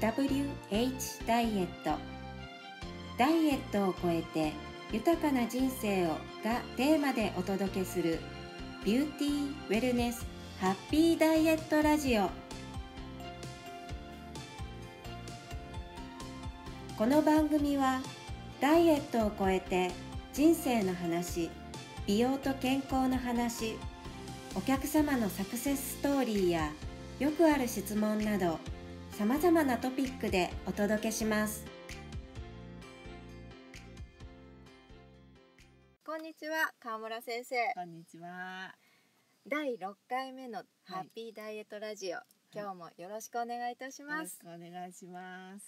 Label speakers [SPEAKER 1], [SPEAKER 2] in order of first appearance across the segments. [SPEAKER 1] BWH ダイエットダイエットを超えて豊かな人生をがテーマでお届けするビューティーウェルネスハッピーダイエットラジオこの番組はダイエットを超えて人生の話美容と健康の話お客様のサクセスストーリーやよくある質問などさまざまなトピックでお届けします
[SPEAKER 2] こんにちは川村先生
[SPEAKER 3] こんにちは。
[SPEAKER 2] 第6回目のハッピーダイエットラジオ、今日もよろしくお願いいたし
[SPEAKER 3] よろ
[SPEAKER 2] ま
[SPEAKER 3] し
[SPEAKER 2] す
[SPEAKER 3] く、お願いします。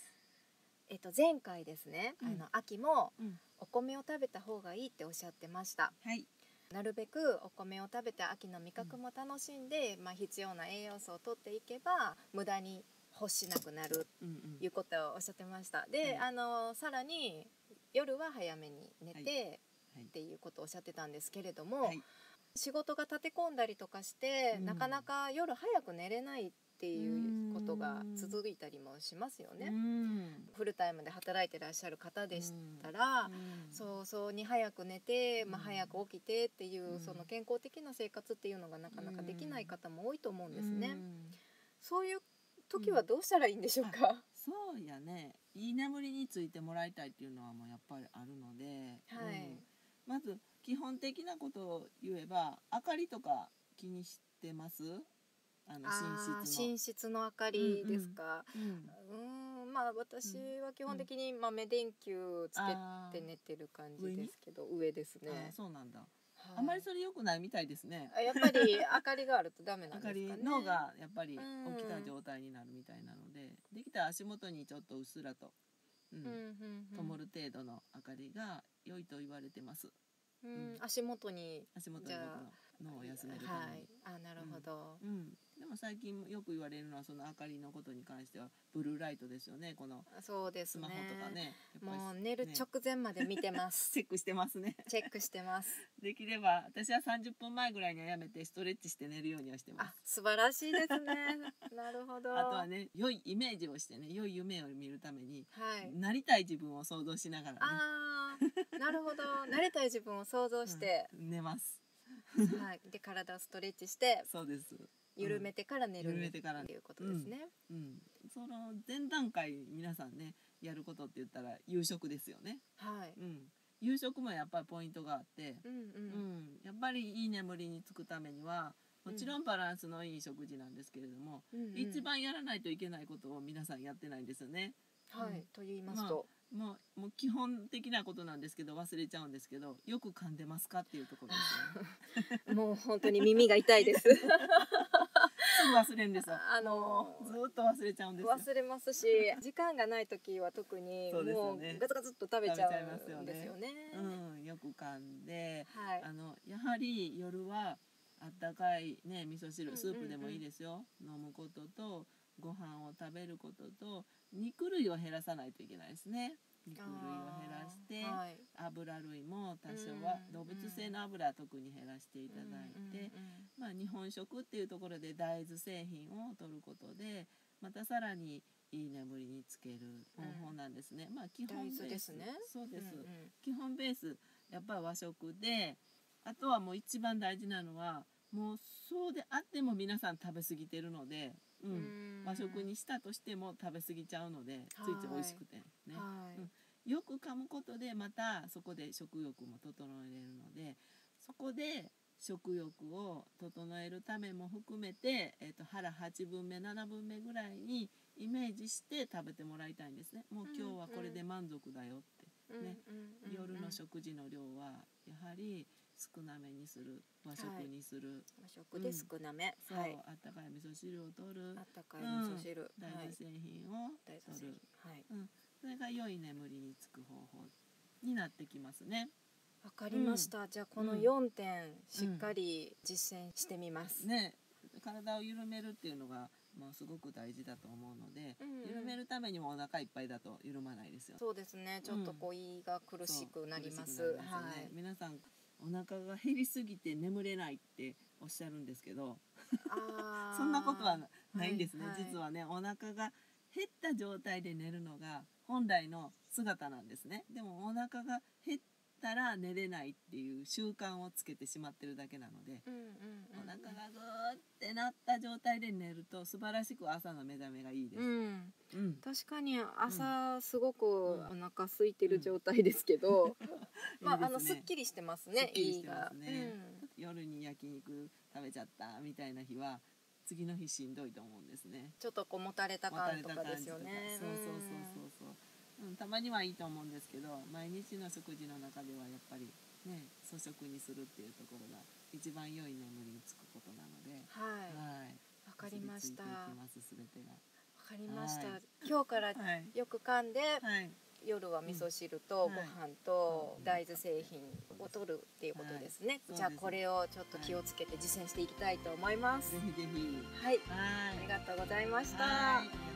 [SPEAKER 2] えっと前回ですね、
[SPEAKER 3] うん
[SPEAKER 2] あの秋も
[SPEAKER 3] うん
[SPEAKER 2] お米を食べた方がいいっておっしゃってました
[SPEAKER 3] はい。
[SPEAKER 2] なるべくお米を食べて秋の味覚も楽しんで、まあ必要な栄養素をとっていけば無駄に欲しなくなる
[SPEAKER 3] うん
[SPEAKER 2] ということをおっしゃってましたで、
[SPEAKER 3] はい
[SPEAKER 2] あのさらに夜は早めに寝て、
[SPEAKER 3] はいはい
[SPEAKER 2] っていうことをおっしゃってたんですけれども、
[SPEAKER 3] はい
[SPEAKER 2] 仕事が立て込んだりとかして、
[SPEAKER 3] うん
[SPEAKER 2] なかなか夜早く寝れないっていうことが
[SPEAKER 3] うん
[SPEAKER 2] 続いたりもしますよ
[SPEAKER 3] うん。
[SPEAKER 2] ね。
[SPEAKER 3] うん。
[SPEAKER 2] フルタイムで働いてらっしゃる方でしたら、
[SPEAKER 3] うん
[SPEAKER 2] 早々に早く寝て、まあ、
[SPEAKER 3] うん
[SPEAKER 2] 早く起きてっていう、
[SPEAKER 3] うん
[SPEAKER 2] その健康的な生活っていうのがなかなかできない方も多いと思うんですね。
[SPEAKER 3] うん
[SPEAKER 2] そういう時はどうしたらいいんでしょうか、
[SPEAKER 3] そうやね。いい眠りについてもらいたいっていうのはもうやっぱりあるので。
[SPEAKER 2] はい
[SPEAKER 3] うんまず基本的なことを言えば、明かりとか気にしてます。あの
[SPEAKER 2] あー
[SPEAKER 3] 寝室の
[SPEAKER 2] 寝。室の明かりですか、
[SPEAKER 3] うん
[SPEAKER 2] うーん、んまあ私は基本的に、まあ、目電球つ
[SPEAKER 3] あー
[SPEAKER 2] けて寝てる感
[SPEAKER 3] 上
[SPEAKER 2] じ
[SPEAKER 3] に
[SPEAKER 2] ですけど上ですね
[SPEAKER 3] あーそうなんだ。
[SPEAKER 2] はい
[SPEAKER 3] あまりそれ良くないみたいですね。
[SPEAKER 2] あやっぱり明かりがあるとダメなん
[SPEAKER 3] 明
[SPEAKER 2] です
[SPEAKER 3] か
[SPEAKER 2] かね
[SPEAKER 3] り脳がやっぱり
[SPEAKER 2] うん
[SPEAKER 3] 起きた状態になるみたいなので、できたら足元にちょっとうっすらと、う、
[SPEAKER 2] うんうんんうん
[SPEAKER 3] 灯る程度の明かりが良いと言われてま
[SPEAKER 2] う
[SPEAKER 3] す。
[SPEAKER 2] ん
[SPEAKER 3] うん
[SPEAKER 2] 足元に
[SPEAKER 3] 足元に
[SPEAKER 2] じゃ
[SPEAKER 3] 置
[SPEAKER 2] あ
[SPEAKER 3] くの脳を休めるた
[SPEAKER 2] は
[SPEAKER 3] めに
[SPEAKER 2] い。あなるほど、
[SPEAKER 3] うん。でも最近よく言われるのはその明かりのことに関してはブルーライトですよね。この
[SPEAKER 2] そうです
[SPEAKER 3] ス
[SPEAKER 2] ね
[SPEAKER 3] マホとかね、やっ
[SPEAKER 2] も
[SPEAKER 3] ぱ
[SPEAKER 2] う
[SPEAKER 3] り
[SPEAKER 2] 寝る直前まで見てます
[SPEAKER 3] チェックしてますね。
[SPEAKER 2] チェックしてます
[SPEAKER 3] できれば私は30分前ぐらいにはやめてストレッチして寝るようにはしてます
[SPEAKER 2] あ。素晴らしいですねなるほど
[SPEAKER 3] あとはね、良いイメージをしてね、良い夢を見るために、
[SPEAKER 2] はい
[SPEAKER 3] なりたい自分を想像しながらね、
[SPEAKER 2] あーなるほど慣れたい自分を想像して、
[SPEAKER 3] うん寝ます
[SPEAKER 2] はい、で体をストレッチして
[SPEAKER 3] そうです、
[SPEAKER 2] 緩めてから寝る、
[SPEAKER 3] 緩めてから
[SPEAKER 2] っていうことですね、
[SPEAKER 3] うん、その前段階皆さんねやることって言ったら夕食ですよね、
[SPEAKER 2] はい、
[SPEAKER 3] うん、夕食もやっぱりポイントがあって、
[SPEAKER 2] うんう
[SPEAKER 3] うん
[SPEAKER 2] ん
[SPEAKER 3] やっぱりいい眠りにつくためにはもちろんバランスのいい食事なんですけれども、
[SPEAKER 2] うんうん
[SPEAKER 3] 一、番やらないといけないことを皆さんやってないんですよね
[SPEAKER 2] は
[SPEAKER 3] うん
[SPEAKER 2] い、と言いますと、
[SPEAKER 3] もうもう基本的なことなんですけど忘れちゃうんですけどよく噛んでますかっていうところです よね
[SPEAKER 2] もう本当に耳が痛いです
[SPEAKER 3] すぐ忘れるんですよ
[SPEAKER 2] あの
[SPEAKER 3] もうずーっと忘れちゃうんですよ
[SPEAKER 2] 忘れますし時間がない時は特に
[SPEAKER 3] そうですよ
[SPEAKER 2] も
[SPEAKER 3] ね
[SPEAKER 2] うガツガツっと食べちゃ
[SPEAKER 3] 食べちゃいます
[SPEAKER 2] う
[SPEAKER 3] よ
[SPEAKER 2] ん
[SPEAKER 3] ね
[SPEAKER 2] ですよね
[SPEAKER 3] うん、よく噛んで、
[SPEAKER 2] はい
[SPEAKER 3] あのやはり夜はあったかいね味噌
[SPEAKER 2] うんうんう
[SPEAKER 3] 汁
[SPEAKER 2] ん
[SPEAKER 3] スープでもいいですよ、飲むこととご飯を食べることと肉類を減らさないといけないですね肉類を減らして、
[SPEAKER 2] あーはい
[SPEAKER 3] 油類も多少
[SPEAKER 2] うん
[SPEAKER 3] は
[SPEAKER 2] うん
[SPEAKER 3] 動物性の油は特に減らしていただいて、
[SPEAKER 2] うんうんうん
[SPEAKER 3] まあ、日本食っていうところで大豆製品を取ることでまたさらにいい眠りにつける方法なんですね、まあ基本ベー
[SPEAKER 2] 大
[SPEAKER 3] ス
[SPEAKER 2] 豆ですね
[SPEAKER 3] そうです、
[SPEAKER 2] うんうん
[SPEAKER 3] 基本ベースやっぱり和食であとはもう一番大事なのはもうそうであっても皆さん食べ過ぎてるので、うん
[SPEAKER 2] うん
[SPEAKER 3] 和食にしたとしても食べ過ぎちゃうのでついつい美味しくてね、
[SPEAKER 2] はい、
[SPEAKER 3] うんよく噛むことでまたそこで食欲も整えれるのでそこで食欲を整えるためも含めて、えっと腹8分目7分目ぐらいにイメージして食べてもらいたいんですねもう今日はこれで満足だよって、ね
[SPEAKER 2] うんうんうんうん
[SPEAKER 3] 夜の食事の量はやはり少なめにする和食にする、
[SPEAKER 2] 和食で少なめ、
[SPEAKER 3] そう、
[SPEAKER 2] はい
[SPEAKER 3] あったかい味噌汁を取る
[SPEAKER 2] あったかい味噌汁、
[SPEAKER 3] 大
[SPEAKER 2] はい
[SPEAKER 3] 豆製品を
[SPEAKER 2] 大豆
[SPEAKER 3] 取
[SPEAKER 2] 製
[SPEAKER 3] る、
[SPEAKER 2] 品はい
[SPEAKER 3] それが良い眠りにつく方法になってきますね。
[SPEAKER 2] わかりました、じゃあこの
[SPEAKER 3] うん
[SPEAKER 2] 4点しっかり実践してみます、
[SPEAKER 3] ね体を緩めるっていうのがもうすごく大事だと思うので、
[SPEAKER 2] うんうん
[SPEAKER 3] 緩めるためにもお腹いっぱいだと緩まないですよ。
[SPEAKER 2] そうですねちょっとこう胃が苦しくなります,、
[SPEAKER 3] そう苦しくなりますよ
[SPEAKER 2] は
[SPEAKER 3] ね
[SPEAKER 2] い
[SPEAKER 3] 皆さんお腹が減りすぎて眠れないっておっしゃるんですけど、
[SPEAKER 2] あー
[SPEAKER 3] そんなことはなないんですね、
[SPEAKER 2] はいはい
[SPEAKER 3] 実はねお腹が減った状態で寝るのが本来の姿なんですねでもお腹が減ったら寝れないっていう習慣をつけてしまってるだけなので
[SPEAKER 2] うんうん
[SPEAKER 3] お腹がぐーってなった状態で寝ると素晴らしく朝の目覚めがいいです、
[SPEAKER 2] うんうん
[SPEAKER 3] うん
[SPEAKER 2] 確かに朝すごくお
[SPEAKER 3] ん
[SPEAKER 2] 腹空いてる状態ですけど、 まああの
[SPEAKER 3] いいです
[SPEAKER 2] す
[SPEAKER 3] ね
[SPEAKER 2] っきりしてます
[SPEAKER 3] す
[SPEAKER 2] ね
[SPEAKER 3] っ。きり
[SPEAKER 2] い
[SPEAKER 3] し
[SPEAKER 2] い
[SPEAKER 3] てま
[SPEAKER 2] が
[SPEAKER 3] すね夜に焼肉食べちゃったみたいな日は次の日しんどいと思うんですね。
[SPEAKER 2] ちょっとこうもたれた
[SPEAKER 3] また
[SPEAKER 2] 感
[SPEAKER 3] れ
[SPEAKER 2] と
[SPEAKER 3] た
[SPEAKER 2] か
[SPEAKER 3] 感
[SPEAKER 2] で
[SPEAKER 3] じ
[SPEAKER 2] すよ
[SPEAKER 3] とか
[SPEAKER 2] ね。
[SPEAKER 3] そうそうそうそうそう、うん、たまにはいいと思うんですけど毎日の食事の中ではやっぱりね粗食にするっていうところが一番良い眠りにつくことなので、
[SPEAKER 2] うんはい、わ
[SPEAKER 3] はい、
[SPEAKER 2] かりました。
[SPEAKER 3] 結びついて
[SPEAKER 2] わ
[SPEAKER 3] いきます全てが
[SPEAKER 2] かりました
[SPEAKER 3] はい。
[SPEAKER 2] 今日から
[SPEAKER 3] はい、
[SPEAKER 2] よく噛んで、
[SPEAKER 3] はい、
[SPEAKER 2] 夜は味噌汁と
[SPEAKER 3] うん
[SPEAKER 2] ご
[SPEAKER 3] はい
[SPEAKER 2] 飯と
[SPEAKER 3] うん
[SPEAKER 2] 大豆製品を取るっていうことですね。
[SPEAKER 3] はい
[SPEAKER 2] じゃあ
[SPEAKER 3] そうです
[SPEAKER 2] これをちょっと気をつけて実践していきたいと思います
[SPEAKER 3] ぜ。ひぜひ
[SPEAKER 2] はい、
[SPEAKER 3] はい
[SPEAKER 2] ありがとうございました。
[SPEAKER 3] はいありがとうございました